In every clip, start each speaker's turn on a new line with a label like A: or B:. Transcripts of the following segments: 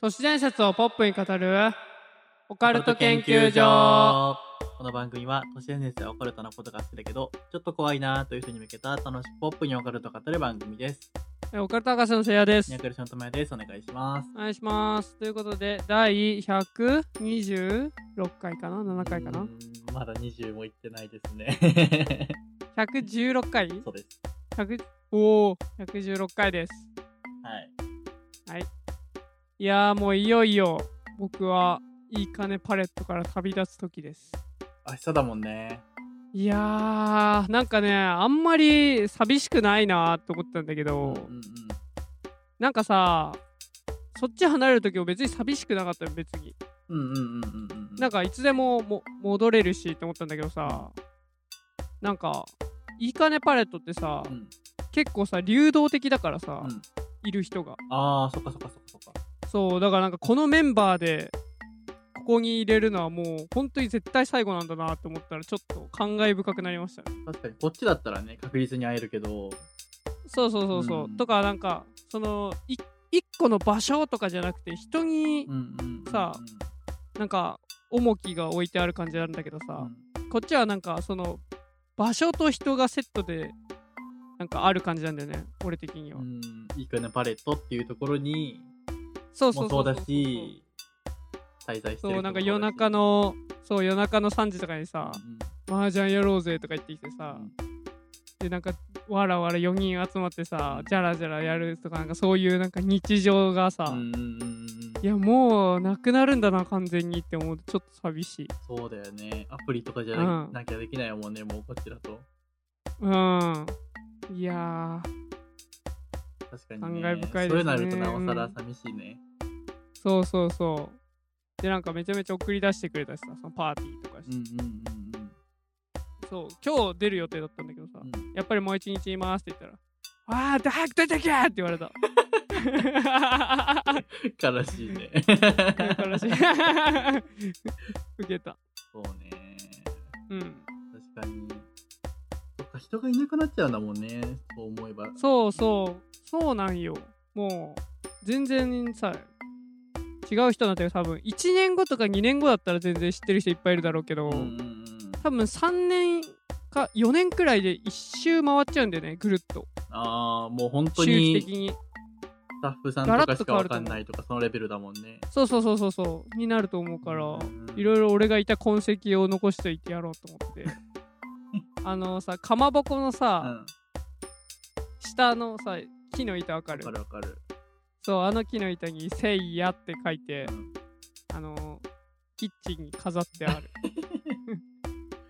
A: 都市伝説をポップに語るオカルト研究所
B: この番組は都市伝説やオカルトなことが好きだけどちょっと怖いなという人に向けた楽しくポップにオカルトを語る番組です
A: えオカルト博士のせいやです
B: ニャクルションとまやですお願いします
A: お願いしますということで第126回かな7回か
B: う
A: な
B: ーんまだ20もいってないですね
A: 116回
B: そうです
A: 100おお116回です
B: はい
A: いやーもういよいよ僕はいい金パレットから旅立つ時です
B: 明日だもんね
A: いやーなんかねあんまり寂しくないなーって思ったんだけ
B: うんう
A: ど、
B: ん
A: なんかさそっち離れる時も別に寂しくなかったよ別に
B: うんうんうんうんうんうん
A: なんかいつでもも戻れるしって思ったんだけどさなんかいい金パレットってさ、
B: うん
A: 結構さ流動的だからさ、
B: うん
A: いる人が
B: ああそっかそっかそっかそっか
A: そうだからなんかこのメンバーでここに入れるのはもう本当に絶対最後なんだなって思ったらちょっと感慨深くなりましたね
B: 確かにこっちだったらね確実に会えるけど
A: そうそうそうそう、
B: うん
A: とかなんかそのい一個の場所とかじゃなくて人に
B: うんうんうんうん
A: さなんか重きが置いてある感じなんだけどさ、
B: うん
A: こっちはなんかその場所と人がセットでなんかある感じなんだよね俺的には、
B: うんいいかねパレットっていうところに
A: そうそ
B: も
A: うそ
B: そううだ
A: そう
B: し滞在してる人も
A: そうなんか夜
B: だし
A: 中のそう夜中の3時とかにさ麻雀やろうぜとか言ってきてさ、でなんかわらわら4人集まってさじゃらじゃらやるとかなんかそういうなんか日常がさ、
B: うんうんうんうんうん
A: いやもうなくなるんだな完全にって思うとちょっと寂しい
B: そうだよねアプリとかじゃ
A: うん
B: なきゃできないもんねもうこっちだと
A: うんいやー
B: 確かにね
A: 感慨深いですね
B: そういうのあるとなおさら寂しいね
A: そうそうそうでなんかめちゃめちゃ送り出してくれたしさそのパーティーとかして
B: うんうんうん
A: そう今日出る予定だったんだけどさ、
B: うん
A: やっぱりもう一日いますって言ったら「ああー早く出てけ!」って言われた
B: うん悲しいね
A: 悲しい受けた
B: そうね
A: うん
B: 確かにそっか人がいなくなっちゃうんだもんねそう思えば
A: そうそうそうなんよもう全然さ違う人なんだよ多分1年後とか2年後だったら全然知ってる人いっぱいいるだろうけど、
B: うんうんうん
A: 多分3年か4年くらいで一周回っちゃうんだよねぐるっと
B: ああもう本当
A: 周期
B: に
A: 的に
B: スタッフさんとかしかわかんないとかそのレベルだもんね
A: そうそうそうそうそうになると思うから、
B: うん
A: いろいろ俺がいた痕跡を残しといてやろうと思って あのさかまぼこの
B: う
A: さ、
B: ん
A: 下のさ木の板わかる
B: わかるわかる
A: そうあの木の板に「せいや」って書いて
B: うん
A: あのキッチンに飾って ある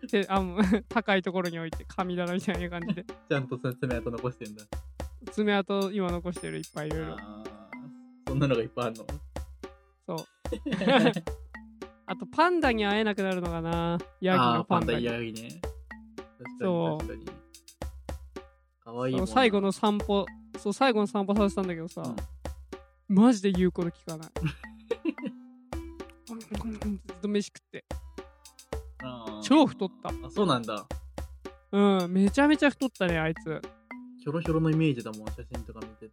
A: であもう高いところに置いて神棚みたいな感じで
B: ちゃんとその爪痕残してんだ
A: 爪痕今残してるいっぱいいろいろ
B: あーそんなのがいっぱいあるの
A: そうあとパンダに会えなくなるのかなヤギの
B: あーパ
A: パ
B: ン
A: ン
B: ダ
A: ダ
B: イ
A: に
B: ヤギね
A: そう
B: 確かに確かにかわいい
A: そ
B: も
A: うん最後の散歩そう最後の散歩させたんだけどさ、
B: うん
A: マジで言うこと聞かないずっと飯食って
B: あー
A: 超太った
B: あそうなんだ
A: うんめちゃめちゃ太ったねあいつ
B: ひょろひょろのイメージだもん写真とか見てる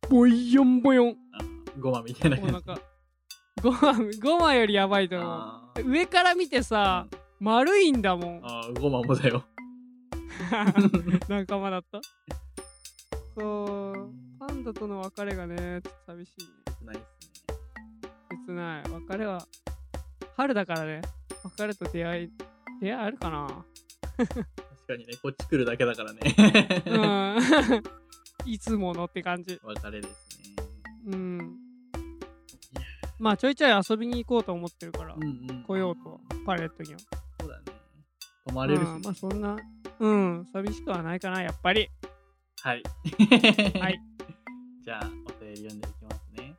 B: と
A: ボイヨンボヨン
B: あーゴマみたいな
A: も
B: 感
A: う
B: じ
A: なんかご飯ご飯よりやばいと思
B: あ
A: う上から見てさ
B: ー
A: 丸いんだもん
B: あーゴマもだよ
A: 仲間だったそうパンダとの別れがねちょっと寂しいね
B: ないっすね
A: 切ない別れは春だからね別れと出会い出会いあるかな
B: 確かにねこっち来るだけだからね
A: うん いつものって感じ
B: 別れですね
A: うんまあちょいちょい遊びに行こうと思ってるから、
B: うんうん
A: 来ようとパレットには
B: そうだね泊まれるしね、
A: うんまあそんなうん寂しくはないかなやっぱり
B: はい。
A: はい。
B: じゃあ、お便り読んでいきますね。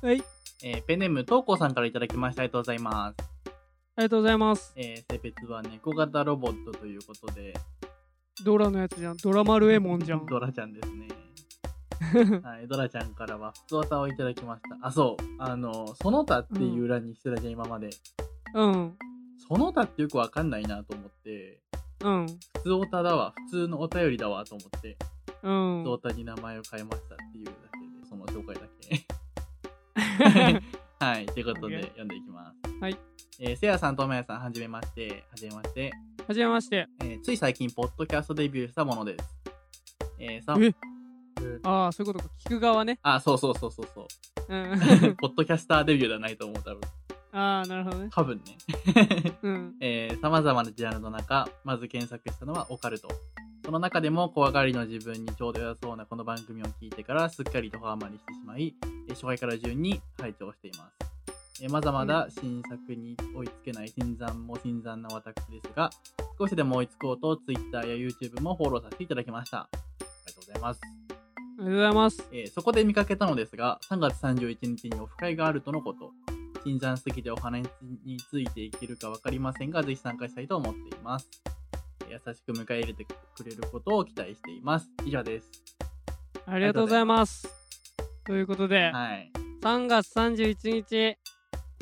A: はい
B: えーペンネーム、トウコさんからいただきました。ありがとうございます。
A: ありがとうございます
B: えー性別は猫型ロボットということで、
A: ドラのやつじゃんドラマルエモンじゃん
B: ドラちゃんですね。はい、ドラちゃんからは、普通歌をいただきました。あ、そう。あの、その他っていう欄にしてたじゃん、今まで。
A: うん
B: その他ってよくわかんないなと思って、
A: うん
B: 普通歌だわ、普通のお便りだわと思って、
A: うん
B: 普通歌に名前を変えましたっていうだけで、その紹介だけ。 はい、ということで
A: OK
B: 読んでいきます。
A: はい。
B: えー、せいやさん、ともやさん、はじめまして。はじめまして。
A: はじめまして。
B: えーつい最近、ポッドキャストデビューしたものです。えー、さ
A: え
B: うん
A: ああ、そういうことか。聞く側ね。
B: あ、そうそうそうそうそう。
A: うん。
B: ポッドキャスターデビューではないと思う、多分。
A: ああ、なるほどね。
B: 多分ね。
A: うん。
B: えー、様々なジャンルの中、まず検索したのはオカルト。その中でも怖がりの自分にちょうど良さそうなこの番組を聞いてからすっかりとハマりしてしまい、えー初回から順に拝聴しています。えーまだまだ新作に追いつけない新参も新参な私ですが、少しでも追いつこうと Twitter や YouTube もフォローさせていただきました。ありがとうございます。
A: ありがとうございます。
B: えーそこで見かけたのですが、3月31日にオフ会があるとのこと。新参すぎてお話についていけるか分かりませんが、ぜひ参加したいと思っています。えー優しく迎え入れてくれることを期待しています。以上です。
A: ありがとうございます。ということで、
B: はい。
A: 3月31日、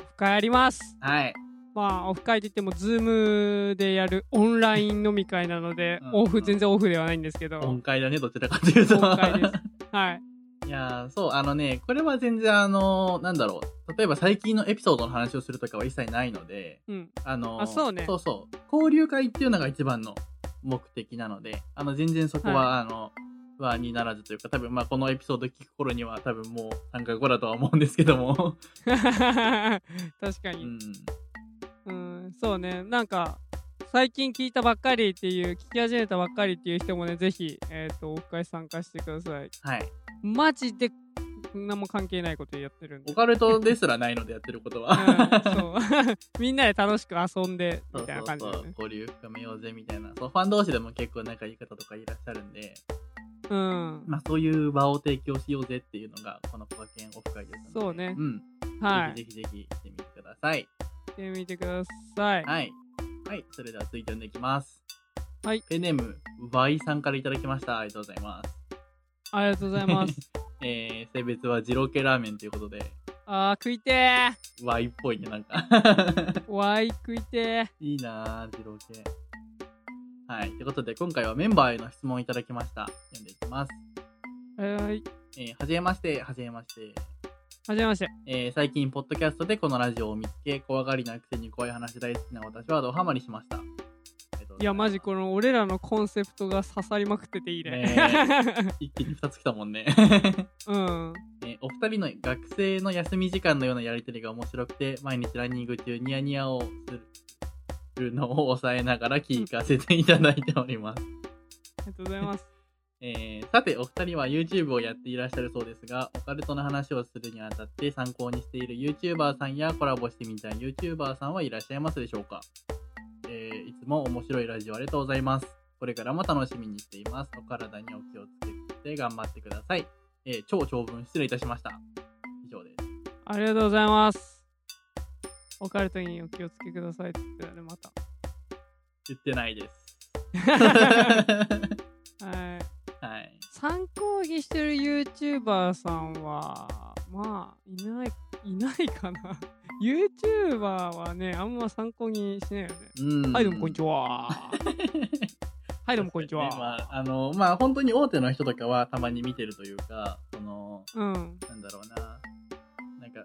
A: オフ会あります。
B: はい。、
A: まあ、オフ会といっても、ズームでやるオンライン飲み会なので
B: うん
A: オフ、全然オフではないんですけど、
B: 音階だね、どちらかというと。
A: 音階ですはい。
B: いやーそう、あのね、これは全然あのーなんだろう。例えば最近のエピソードの話をするとかは一切ないので、
A: うん。
B: あの
A: あそうね
B: そうそう交流会っていうのが一番の目的なのであの全然そこは、あの不安にならずというか多分まあこのエピソード聞く頃には多分もう参加後だとは思うんですけども、
A: 確か
B: う
A: に。
B: ん、
A: うん、そうね。なんか、最近聞いたばっかりっていう、聞き始めたばっかりっていう人もね、ぜひ、えっ、と、オフ会参加してください。
B: はい
A: マジで、何も関係ないことやってるんで
B: オ。カルトですらないのでやってることは、
A: うんそう みんなで楽しく遊んで
B: そ
A: み
B: う
A: たいな感じ
B: そ
A: だよ
B: うそう
A: ね。
B: 交流深めようぜみたいなそうファン同士でも結構仲いい方とかいらっしゃるんで、
A: うん。
B: まあ、そういう場を提供しようぜっていうのがこの「コカケンオフ会」ですので
A: そうね
B: ん
A: はい。
B: ぜひぜひぜひ行ってみてください
A: 行ってみてください。
B: はい。はい。それでは続いて読んでいきます。
A: はい。
B: ペンネーム、ワイさんからいただきました。ありがとうございます。
A: ありがとうございます。
B: えー、性別は二郎系ラーメンということで、
A: あー、食いてー。
B: ワイっぽいね、なんか。
A: わーい、食いてー。
B: いいなぁ、二郎系。はい。ということで、今回はメンバーへの質問をいただきました。読んでいきます。
A: はい。
B: えー、はじめまして、はじめまして。
A: はじめまして。
B: えー最近、ポッドキャストでこのラジオを見つけ、怖がりなくせに怖い話大好きな私はドハマりしました。ありがとうござます
A: いや、マジこの俺らのコンセプトが刺さりまくってていいね。
B: 一気に2つ来たもんね。
A: うん。
B: えーお二人の学生の休み時間のようなやりとりが面白くて毎日ランニング中ニヤニヤをするのを抑えながら聞かせていただいております、
A: あ りがとうございます。
B: えーさてお二人は YouTube をやっていらっしゃるそうですがオカルトの話をするにあたって参考にしている YouTuber さんやコラボしてみたい YouTuber さんはいらっしゃいますでしょうか、えーいつも面白いラジオありがとうございますこれからも楽しみにしていますお体にお気をつけて頑張ってください、えー超長文失礼いたしました以上です
A: ありがとうございます。オカルトにお気をつけくださいって言ってたね、また。
B: 言ってないです。
A: はい。
B: はい。
A: 参考にしてる YouTuber さんはまあいないいないかな YouTuber はねあんま参考にしないよね、
B: うん
A: はいどうもこんにちははいどうもこんにち は、
B: ねまあ、あの、まあ、本当に大手の人とかはたまに見てるというか、その、
A: うん
B: なんだろうな、なんか、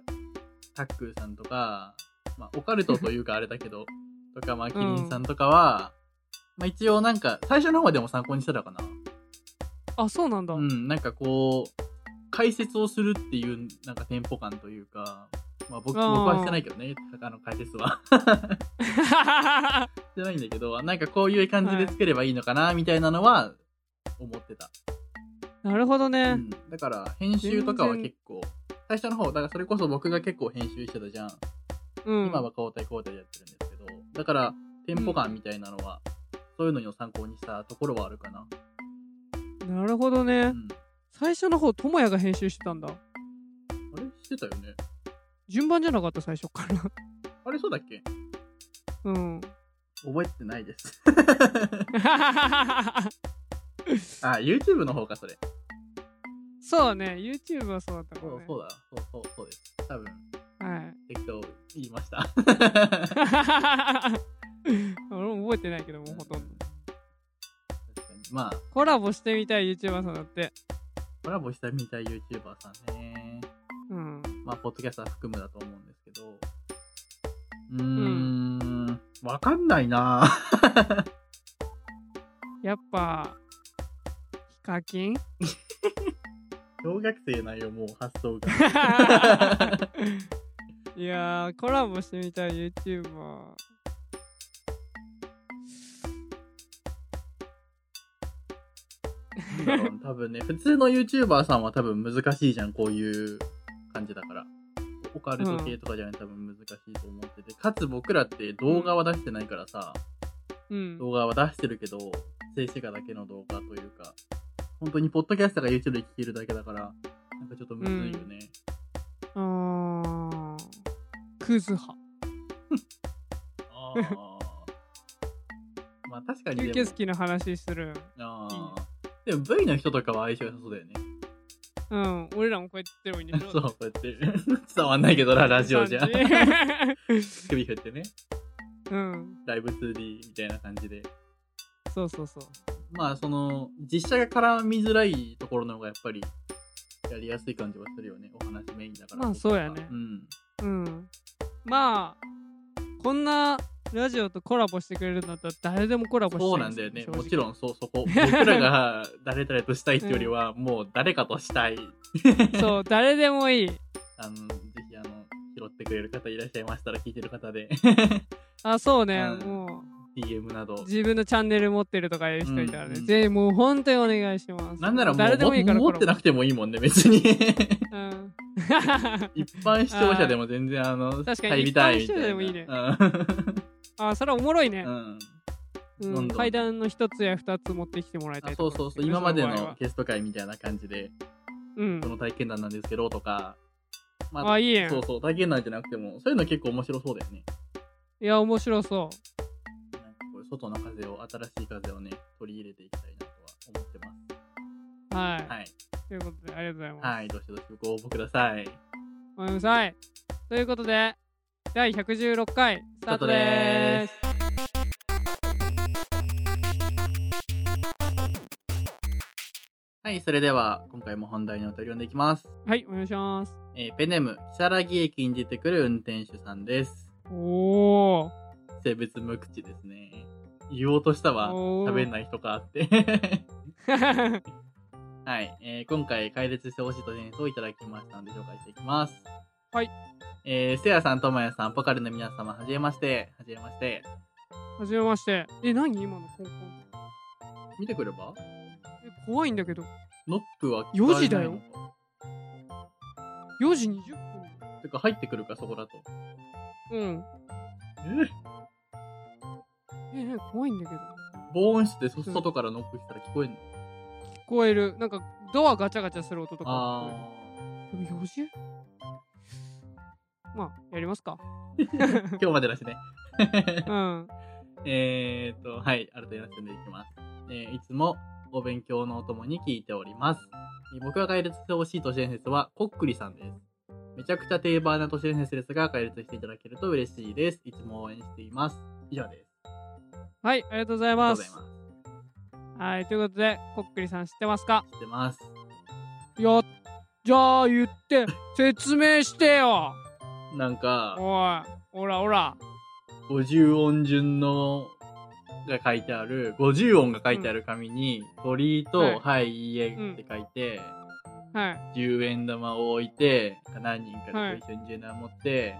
B: タックーさんとか、まあ、オカルトというかあれだけど、 とか、まあ、キリンさんとかは、まあ、一応なんか、最初の方でも参考にしてたかな。
A: あそうなんだ、
B: うん、なんかこう、解説をするっていう、なんかテンポ感というか、まあ僕僕
A: あー
B: はしてないけどね、あの解説は。してないんだけど、なんかこういう感じでつければいいのかな、みたいなのは思ってた。
A: なるほど
B: う
A: ね、
B: ん、だから、編集とかは
A: 全然
B: 結構、最初の方、だからそれこそ僕が結構編集してたじゃん。
A: うん
B: 今は交代交代でやってるんですけど、だから、テンポ感みたいなのは、そういうのにを参考にしたところはあるかな。
A: なるほどね、
B: うん。
A: 最初の方ともやが編集してたんだ
B: あれしてたよね。
A: 順番じゃなかった最初から
B: あれそうだっけ
A: うん
B: 覚えてない です。あ、YouTube の方か、それ。
A: そうね YouTube はそうだったか
B: そ
A: ら
B: う
A: ね
B: そうだ。そうそう、そうです。多分、
A: はい
B: 適当言いました。
A: 俺も覚えてないけどもうほとんど
B: 確かに。まあ、
A: コラボしてみたい YouTuber さんだって
B: コラボしたみたい YouTuber さんね。
A: うん
B: まあ、ポッドキャストは含むだと思うんですけど、うーん、わかんないな
A: やっぱ、ヒカ キン
B: 小学生なんよ、もう発想が。
A: いやー、コラボしてみたい YouTuber。
B: なんだろうね多分ね、普通の YouTuber さんは多分難しいじゃん、こういう感じだから。オカルト系とかじゃないと多分難しいと思ってて、かつ僕らって動画は出してないからさ、
A: うん。
B: 動画は出してるけど、静止画だけの動画というか、本当にポッドキャストが YouTube で聞けるだけだから、なんかちょっとむずいよね。
A: あー、クズ派。
B: ああ。まあ確かに
A: 吸
B: で
A: 血
B: も、
A: 鬼の話する。
B: ああ。でも V の人とかは相性良さそうだよね。
A: うん、俺らもこうやってもいいんでしょ
B: そう、こうやって。 伝わんないけ どな、ラジオじゃ。
A: 3時
B: 首振ってね。
A: うん、
B: ライブ 2D みたいな感じで。
A: そうそうそう。
B: まあ、その、実写が絡みづらいところの方がやっぱり、やりやすい感じはするよね。お話メインだから。
A: まあそうやね
B: うん。
A: うん。まあ、こんなラジオとコラボしてくれるんだったら誰でもコラボして
B: そうなんだよね。もちろ
A: ん。
B: ん、そう、そこ。僕らが誰々としたいっていうよりは、もう誰かとしたい。
A: そう、誰でもいい。
B: あの、ぜひ、あの、拾ってくれる方いらっしゃいましたら、聞いてる方で、
A: あ、そうね。
B: うん
A: も
B: DM など
A: う、。自分のチャンネル持ってるとかいう人いたらね、
B: うんうん
A: ぜひもう本当にお願いします。
B: なんならも
A: 誰
B: う、
A: でもいいから
B: 持
A: コ
B: っ
A: ラ
B: て
A: ボ
B: なくてもいいもんね、別に。
A: うん
B: 一般視聴者でも全然、あの、
A: 確かに
B: 入りたいみた
A: 一般視聴
B: いな。
A: 者でもいいね
B: う
A: あ、それはおもろいね。
B: ん。うん
A: うん
B: どんどん
A: 階段の一つや二つ持ってきてもらいた
B: あ
A: い
B: そう
A: と
B: そう
A: 思
B: そう、
A: んすけど
B: 今まで
A: その場合
B: の
A: は
B: ゲスト会みたいな感じで、
A: うん
B: こ。の体験談なんですけどとか、ま
A: あ、いいやん
B: そう。そう、体験談じゃなくても、そういうの結構面白そうだよね。
A: いや、面白そ
B: なんかこう外の風を、新しい風をね、取り入れていきたいなとは思って
A: う。
B: ま
A: はい。
B: す。はい。
A: ということで、ありがとうございます。
B: はい、どしどしご応募ください。
A: ごめんなさい。ということで、第116回、スタートでーす。
B: はい、それでは、今回も本題のお便りを読んでいきます。
A: はい、お願いします。
B: えーペンネーム、木更木駅に出てくる運転手さんです。
A: おー。
B: 性別無口ですね。言おうとしたわ。
A: おー
B: 喋んない人かって。
A: はい。
B: はい、えー今回解説してほしいという演奏をいただきましたので紹介していきます。
A: はい。
B: えー、せやさん、ともやさん、ポカルの皆様、はじめまして。はじめまして。
A: はじめまして。え、何今のコンコン。
B: 見てくれば
A: え、怖いんだけど。
B: ノックは
A: 4時だよ。4時20分。
B: てか、入ってくるか、そこだと。
A: うん。
B: え
A: え、ね怖いんだけど。
B: 防音室でそ外からノックしたら聞こえんの
A: 聞こえる。なんか、ドアガチャガチャする音とかも聞こ
B: あ
A: える。でも4時まあ、やりますか。
B: ー。今日までだしね。
A: うん。
B: えーっと、はい、改めて進んでいきます。えーいつもお勉強のお供に聞いております。えー僕が解説してほしい都市伝説は、こっくりさんです。めちゃくちゃ定番な都市伝説ですが、解説していただけると嬉しいです。いつも応援しています。以上です。
A: はい、ありがとうござい
B: あ
A: ま
B: りがとうござい
A: す
B: ま。す。
A: はい、ということで、こっくりさん知ってますか
B: 知ってます。
A: や、じゃあ言って、説明してよ
B: なんか、
A: おい、おらおら。
B: 五十音順の、が書いてある、五十音が書いてある紙に、鳥居と、はい、いいえって書いて、
A: はい。
B: 10円玉を置いて何人かで一緒に10円玉持って、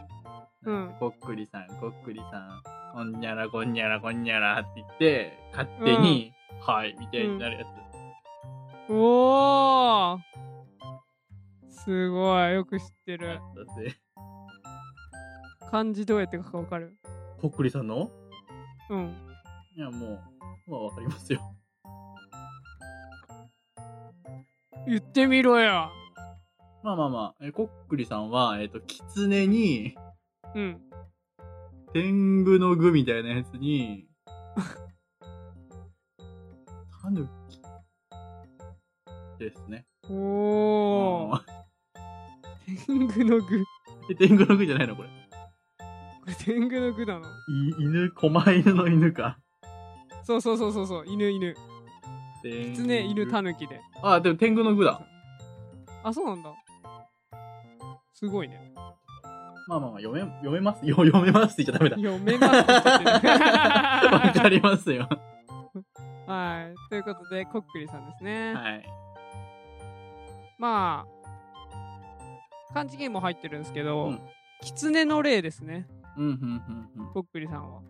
A: うん
B: なんかこっくりさんこっくりさんこんにゃらこんにゃらこんにゃらって言って勝手に、はいみたいになるやつ、
A: おーすごい、よく知って
B: だ
A: る。
B: って
A: 漢字どうやって書くかわかる
B: こっくりさんの
A: うん。
B: いやもうまあわかりますよ
A: 言ってみろよ
B: まあまあまあえこっくりさんはえっ、とキツネに
A: うん。
B: 天狗の具みたいなやつにタヌキですね
A: おー天狗の具。こ
B: うん天狗の具じゃないのこれ
A: れ天狗の具なの
B: い犬、狛犬の犬か。
A: そうそうそうそうそう、犬犬。
B: キ
A: 狐、犬、タ
B: ヌ
A: ヌキで。
B: あ、でも天狗の具だ。
A: あ、そうなんだ。すごいね。
B: まあまあまあ、読め、読めますよ、 読めますって言っちゃダメ
A: 読めますって 言ってる
B: だ。わかりま すよ。
A: はい。ということで、こっくりさんですね。
B: はい。
A: まあ、漢字ゲームも入ってるんですけど、
B: うん
A: 狐の霊ですね、
B: うん、うん、うん、うん。
A: こっくりさんは。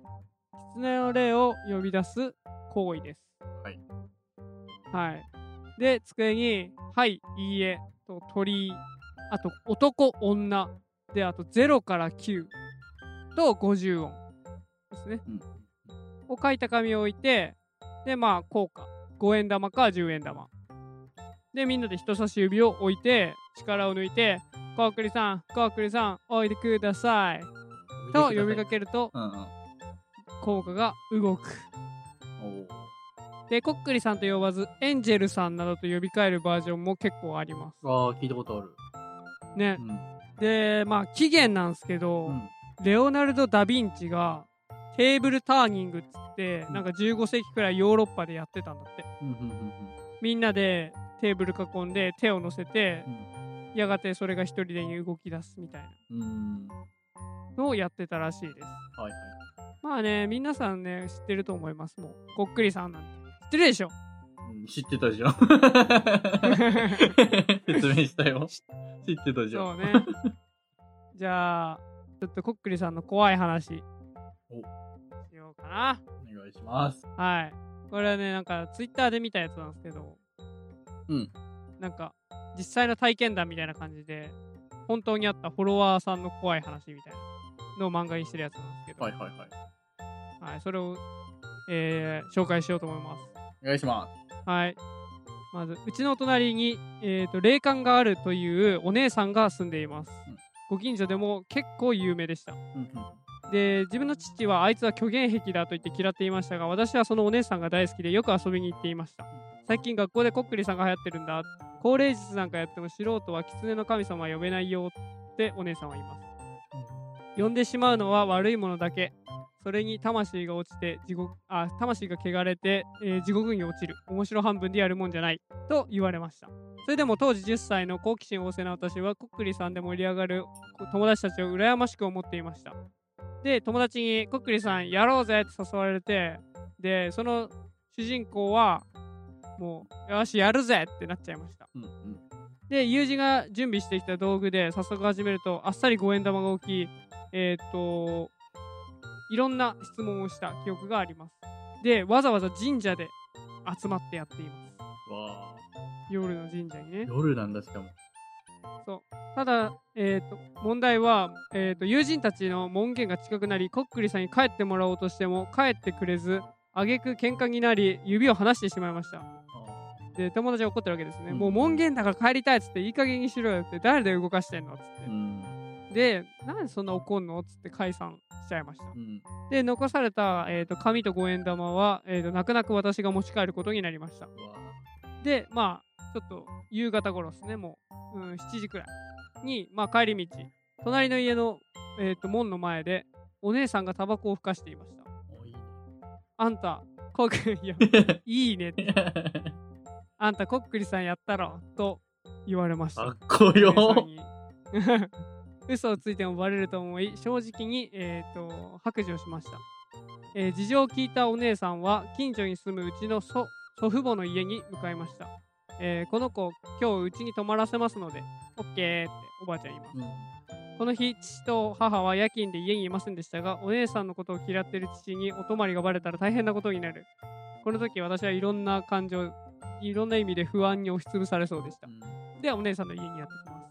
A: 狐の霊を呼び出す行為です。
B: はい。
A: はい。で、机に、はい、いいえ、と鳥居、あと男、女、で、あと0から9と50音ですね。
B: うん
A: を書いた紙を置いて、で、まあ、こうか。5円玉か10円玉。で、みんなで人差し指を置いて、力を抜いて、コークリさん、コークリさん、おいでください。と呼びか
B: け。
A: けると、
B: うん、うん。
A: 効果が動く。
B: おー
A: で、コックリさんと呼ばず、エンジェルさんなどと呼び換えるバージョンも結構あります。
B: ああ、聞いたことある。
A: ね
B: う。ん。
A: で、まあ、起源なんですけど、
B: うん。
A: レオナルド・ダ・ヴィンチが、テーブルターニングっつって、なんか15世紀くらいヨーロッパでやってたんだって。
B: うん、うん、うん
A: みんなでテーブル囲んで手を乗せて、やがてそれが一人で動き出すみたいな
B: うん、うん。うん。
A: のをやってたらしいです。
B: はい、はい。
A: まあね、皆さんね、知ってると思います。もう、こっくりさんなんて。知ってるでしょ
B: うん知ってたじゃん。 説明した よ。知ってたじゃ
A: そう
B: ん。
A: ね。じゃあ、ちょっとこっくりさんの怖い話。
B: お
A: しようかな。
B: お願いします。
A: はい。これはね、なんか、ツイッターで見たやつなんですけど、
B: うん。
A: なんか、実際の体験談みたいな感じで、本当にあったフォロワーさんの怖い話みたいなのを漫画にしてるやつなんですけど、
B: はい、はい、はい。
A: はい、それを、えー紹介しようと思います。
B: お願いしま
A: はい。まず、うちの隣に、えー、と霊感があるというお姉さんが住んでいます。
B: うん
A: ご近所でも結構有名でした。
B: す。うん、うん。
A: で、自分の父はあいつは虚言癖だと言って嫌っていましたが、私はそのお姉さんが大好きでよく遊びに行っていました。最近学校でこっくりさんが流行ってるんだ。高齢術なんかやっても素人は狐の神様は呼べないよってお姉さんは言います。呼んでしまうのは悪いものだけ。それに魂が落ちて地獄あ魂が汚れて、えー地獄に落ちる面白半分でやるもんじゃないと言われましたそれでも当時10歳の好奇心旺盛な私はコックリさんで盛り上がる友達たちを羨ましく思っていましたで友達にコックリさんやろうぜって誘われてでその主人公はもうよしやるぜってなっちゃいました
B: うん、うん。
A: で、友人が準備してきた道具で早速始めると、あっさり五円玉が大きい、えーっと、いろんな質問をした記憶があります。で、わざわざ神社で集まってやっています。
B: わあ。
A: 夜の神社にね。
B: 夜なんだ、しかも。
A: ただ、えー、と問題は、えー、と友人たちの門限が近くなりコックリさんに帰ってもらおうとしても帰ってくれず挙句喧嘩になり指を離してしまいましたで友達は怒ってるわけですね、
B: うん
A: もう門限だから帰りたいっつっていい加減にしろよって誰で動かしてんのっつって
B: う、ん。
A: で、なんでそんな怒んのっつって解散しちゃいました。
B: うん。
A: で、残された、えー、と紙と五円玉は、えー、と泣く泣く私が持ち帰ることになりました。
B: わ
A: で、まあ、ちょっと夕方頃ですね、もう、うん、7時くらいに、まあ、帰り道、隣の家の、えー、と門の前で、お姉さんがタバコをふかしていました。
B: あ。もういいね。
A: あんた、コックリ、いや、いいねって、あんた、コックリさんやったろ、と言われました。
B: かっこよ。
A: 姉さんに 嘘をついてもバレると思い正直に、えー、と白状しました、えー事情を聞いたお姉さんは近所に住むうちの祖祖父母の家に向かいました、えーこの子今日うちに泊まらせますので OK っておばあちゃん言います
B: うん。
A: この日、父と母は夜勤で家にいませんでしたが、お姉さんのことを嫌っている父にお泊まりがバレたら大変なことになる。この時、私はいろんな感情、いろんな意味で不安に押しつぶされそうでした。で、お姉さんの家にやってきま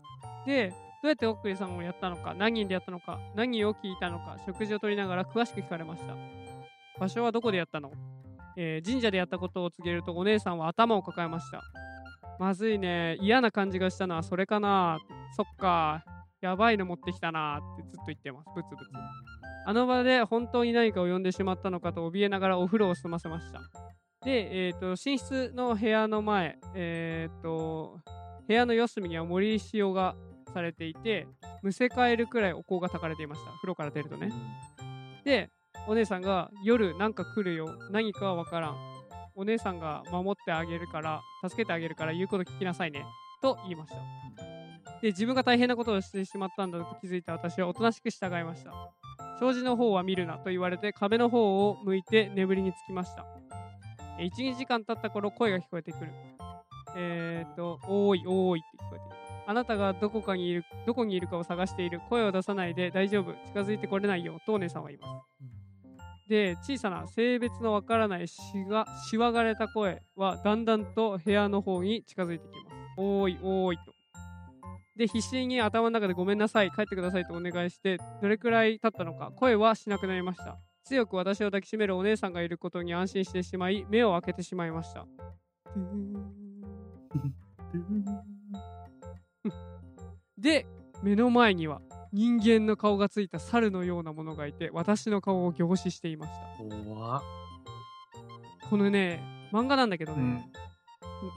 A: す。で、どうやってオックリさんをやったのか、何人でやったのか、何を聞いたのか、食事をとりながら詳しく聞かれました。場所はどこでやったの、えー神社でやったことを告げるとお姉さんは頭を抱えました。まずいね、嫌な感じがしたのはそれかな。そっか、やばいの持ってきたなってずっと言ってます。ブツブツ。あの場で本当に何かを呼んでしまったのかと怯えながらお風呂を済ませました。で、えー、と寝室の部屋の前、えー、と部屋の四隅には森石用がされていて、むせ返るくらいお香が焚かれていました。風呂から出るとね。で、お姉さんが夜なんか来るよ。何かはわからん。お姉さんが守ってあげるから、助けてあげるから言うこと聞きなさいね。と言いました。で自分が大変なことをしてしまったんだと気づいた私はおとなしく従いました障子の方は見るなと言われて壁の方を向いて眠りにつきましたえー12時間経った頃声が聞こえてくるえー、っと「おーいおーい」って聞こえてくるあなたがどこかにいるどこにいるかを探している声を出さないで大丈夫近づいてこれないよとお姉さんは言いますで小さな性別のわからないしがしわがれた声はだんだんと部屋の方に近づいてきます。おーいおーいと。で必死に頭の中でごめんなさい帰ってくださいとお願いしてどれくらい経ったのか声はしなくなりました。強く私を抱きしめるお姉さんがいることに安心してしまい目を開けてしまいました。で目の前には人間の顔がついた猿のようなものがいて私の顔を凝視していました。
B: 怖っ。
A: このね漫画なんだけど
B: う
A: ね
B: ん、。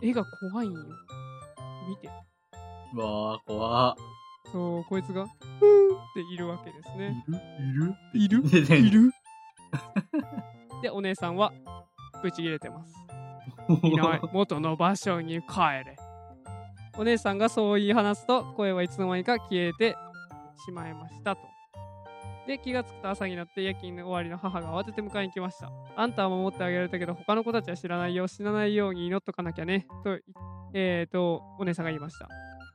A: 絵が怖いんよ見て
B: うわあ、怖っ。
A: そうこいつが「ふー」っているわけですね
B: いるいるい
A: い
B: る
A: る でお姉さんはブチ切れてますい ない元の場所に帰れお姉さんがそう言い放つと声はいつの間にか消えてしまいましたとで気がつくと朝になって夜勤の終わりの母が慌てて迎えに来ましたあんたは守ってあげられたけど他の子たちは知らないよ死なないように祈っとかなきゃねと,、えー、とお姉さんが言いました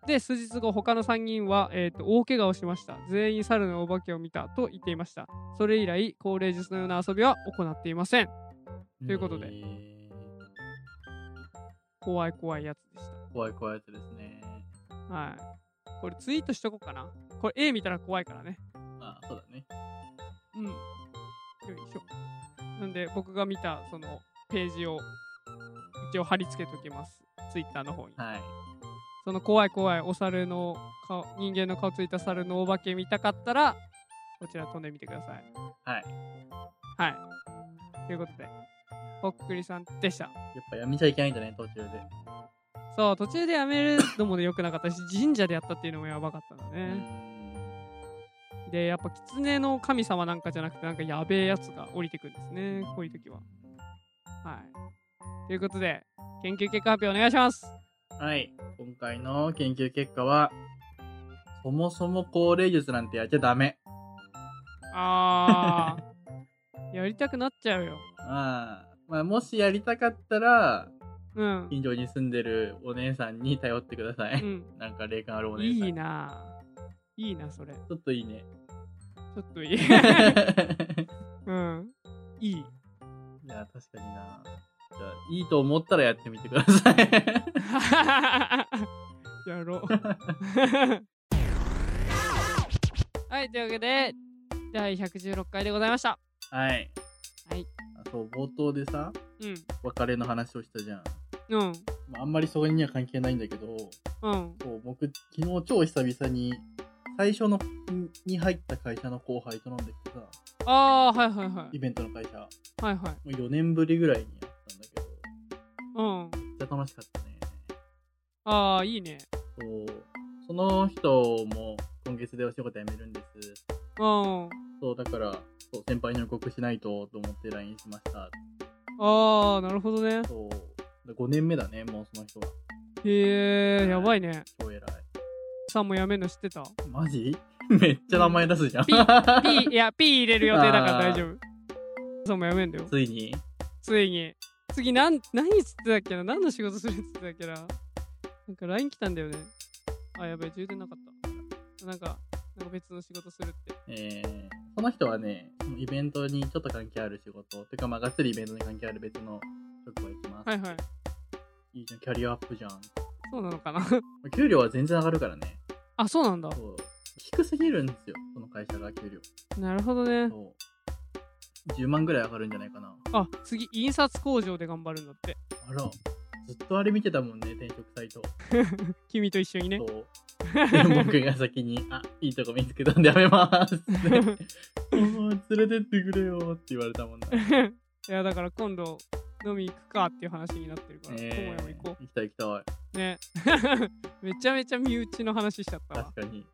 A: で数日後他の3人は、えー、と大怪我をしました全員猿のお化けを見たと言っていましたそれ以来高齢術のような遊びは行っていませんということで
B: えー
A: 怖い怖いやつでした
B: 怖い怖いやつですね。
A: はい。これツイートしとこうかな。これ絵見たら怖いからね。
B: あそうだね。
A: うん。よいしょ。なんで僕が見たそのページを一応貼り付けときます。ツイッターの方に。
B: はい。
A: その怖い怖いお猿の顔、人間の顔ついた猿のお化け見たかったら、こちら飛んでみてください。
B: はい。
A: はい。ということで、ぽっくりさんでした。
B: やっぱやめちゃいけないんだね、途中で。
A: そう、途中でやめるのも良くなかったし、神社でやったっていうのもやばかったんだ
B: う
A: ね。
B: ん
A: でやっぱ狐の神様なんかじゃなくてなんかやべえやつが降りてくるんですねこういう時は。はい、ということで研究結果発表お願いします
B: はい。今回の研究結果は、そもそも高齢術なんてやっちゃダメ。
A: あー やりたくなっちゃうよ。
B: まあ、まあ、もしやりたかったら、
A: うん。
B: 近所に住んでるお姉さんに頼ってください。
A: うん、
B: なんか霊感あるお姉さん。
A: いいなぁいいなそれ。ち
B: ちょっといい ね。
A: ょっと いい。
B: いや、
A: うん。い い。
B: 確かにな。じゃあ、いいと思ったらやってみてくだ さい。
A: やろ う。はいというわけで第116回でございました。
B: はい。
A: はい。
B: あと、冒頭でさ、
A: うん。
B: 別れの話をしたじゃん。
A: うん。
B: まあ、あんまりそこには関係ないんだけど、
A: うん。
B: そう僕、昨日超久々に、最初のに入った会社の後輩と飲んできてさ、
A: ああー、はいはいは
B: イベントの会社、も
A: い。はいはい。
B: う4年ぶりぐらいにやったんだけ
A: う
B: ど、
A: ん。
B: めっちゃ楽しかったね。
A: ああ、いいね。
B: そう。その人も今月でお仕事辞めるんです。
A: うん。
B: そう、だから、そう先輩に報告しないとと思って LINE しました。
A: ああ、なるほどね。
B: そう。5年目だね、もうその人は。
A: へえ、やばいね。
B: 超偉い。
A: さんもやめんの知ってた
B: マジ めっちゃ名前出すじゃん。
A: ピ ー、いや、ピー入れる予定だから大丈夫。さんもやめんだよ。
B: ついに
A: ついに。次、なん、何つってたっけな何の仕事するっつってたっけななんか LINE 来たんだよね。あ、やべえ、充電なかった。なんか、なんか別の仕事するって。
B: えー、その人はね、そのイベントにちょっと関係ある仕事、てかまあ、がっつりイベントに関係ある別の職場行きます。
A: はいはい。
B: いいじゃん、キャリアアップじゃん。
A: そうなのか な
B: 給料は全然上がるからね。
A: あ、そうなんだ。
B: そう。低すぎるんですよ、その会社が給料。
A: なるほどね。
B: そう。10万ぐらい上がるんじゃないかな。
A: あ、次、印刷工場で頑張るんだって。
B: あら、ずっとあれ見てたもんね、転職サイト。
A: 君と一緒にね。
B: そう。で 僕が先に、あ、いいとこ見つけたんでやめます って。おー連れてってくれよって言われたもんな。
A: いやだから今度飲み行くかっていう話になってるから、とも
B: え
A: やも行こ
B: ー、行きたい行きたい。
A: う。ね。 めちゃめちゃ身内の話しちゃったわ
B: 確。かに。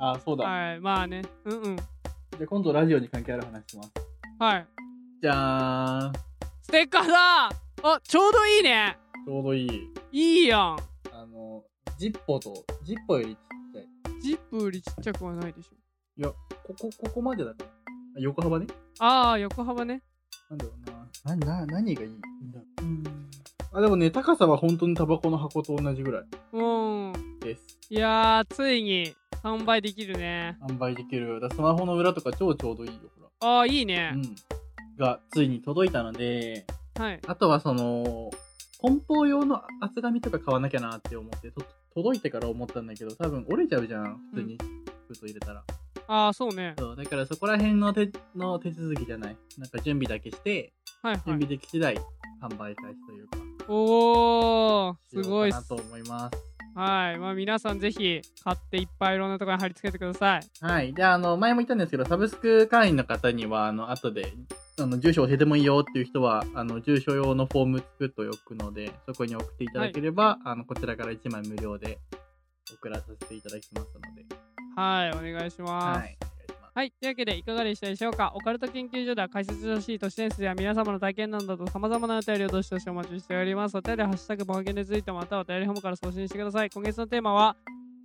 B: あ、そうだ。
A: はい、まあね。うんうん。
B: じゃあ今度ラジオに関係ある話します。
A: はい。
B: じゃーん。ち
A: ステッカーだあちょうどいいね
B: ょうどいい。
A: いいやん
B: あの、ジッポと、ジッポよりちっちゃい。
A: ジップよりちっちゃくはないでしょ。
B: いや、ここ、ここまでだから。あ横幅ね。
A: ああ、横幅ね。
B: なんだろうな。な、な、何がいいんだあ、でもね、高さは本当にタバコの箱と同じぐらい
A: うん。
B: です。
A: いやー、ついに販売できるね。
B: 販売できる。だからスマホの裏とか超ちょうどいいよ、ほ
A: ああ、いいね
B: ら。う。ん。が、ついに届いたので、
A: はい。
B: あとはその、梱包用の厚紙とか買わなきゃなって思って、と届いてから思ったんだけど、多分折れちゃうじゃん、普通に。封筒入れたら。
A: ああ、そうね。
B: そう、だからそこら辺の手の手続きじゃない。なんか準備だけして、
A: はい
B: 準
A: は
B: 備
A: い。
B: でき次第、販売開始というか、
A: おー、すごいっ
B: しようかな
A: す
B: と。思います。
A: はい。まあ皆さんぜひ買っていっぱいいろんなところに貼り付けてください。
B: はい。で、あの、前も言ったんですけど、サブスク会員の方には、あの、後で、あの、住所教えてもいいよっていう人は、あの、住所用のフォーム作っておくので、そこに送っていただければ、あの、こちらから1枚無料で送らさせていただきますので、
A: はい、お願いし
B: はい。お
A: ます。
B: 願いします。
A: はい。というわけで、いかがでしたでしょうかオカルト研究所では解説してほしい都市伝説や皆様の体験談など様々なお便りをどしどしお待ちしております。お便りはハッシュタグ冒険でツイートまたはお便りホームから送信してください。今月のテーマは、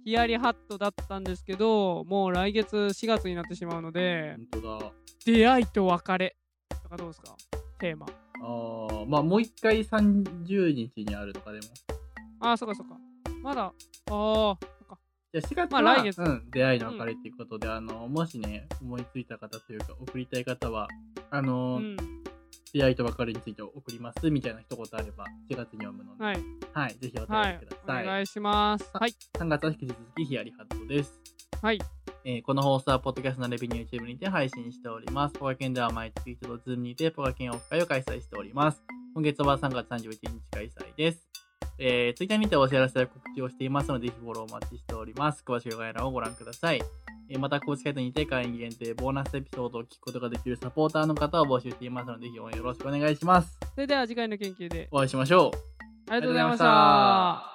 A: ヒヤリハットだったんですけど、もう来月4月になってしまうので、
B: 本当だ。
A: 出会いと別れとかどうですかテーマ。
B: あーまあ、もう一回30日にあるとかでも。
A: ああ、そっかそっか。まだ、ああ、
B: じゃあ4月
A: まあ
B: は、
A: 来月
B: うん、出会いの別れっていうことで、あの、もしね、思いついた方というか、送りたい方は、あの、
A: うん。
B: 出会いと別れについて送ります、みたいな一言あれば、4月に読むので、
A: はい。
B: はい、ぜひお
A: は
B: 便
A: い
B: りくだ。
A: お
B: さい。
A: 願いします。
B: あ
A: はい。
B: 3月は引き続きヒヤリハットです。
A: はい。
B: えーこの放送は、ポッドキャストのレビュー YouTube にて配信しております。ポカケンでは毎月一度、ズームにてポカケンオフ会を開催しております。今月は3月31日開催です。えー、Twitter にてお知らせや告知をしていますので、ぜひフォローお待ちしております。詳しく概要欄をご覧ください。えーまた、公式サイトにて会員限定ボーナスエピソードを聞くことができるサポーターの方を募集していますので、ぜひ応援よろしくお願いします。
A: それでは次回の研究で
B: お会いしましょう。
A: ありがとうございまし。
B: ありがとうございました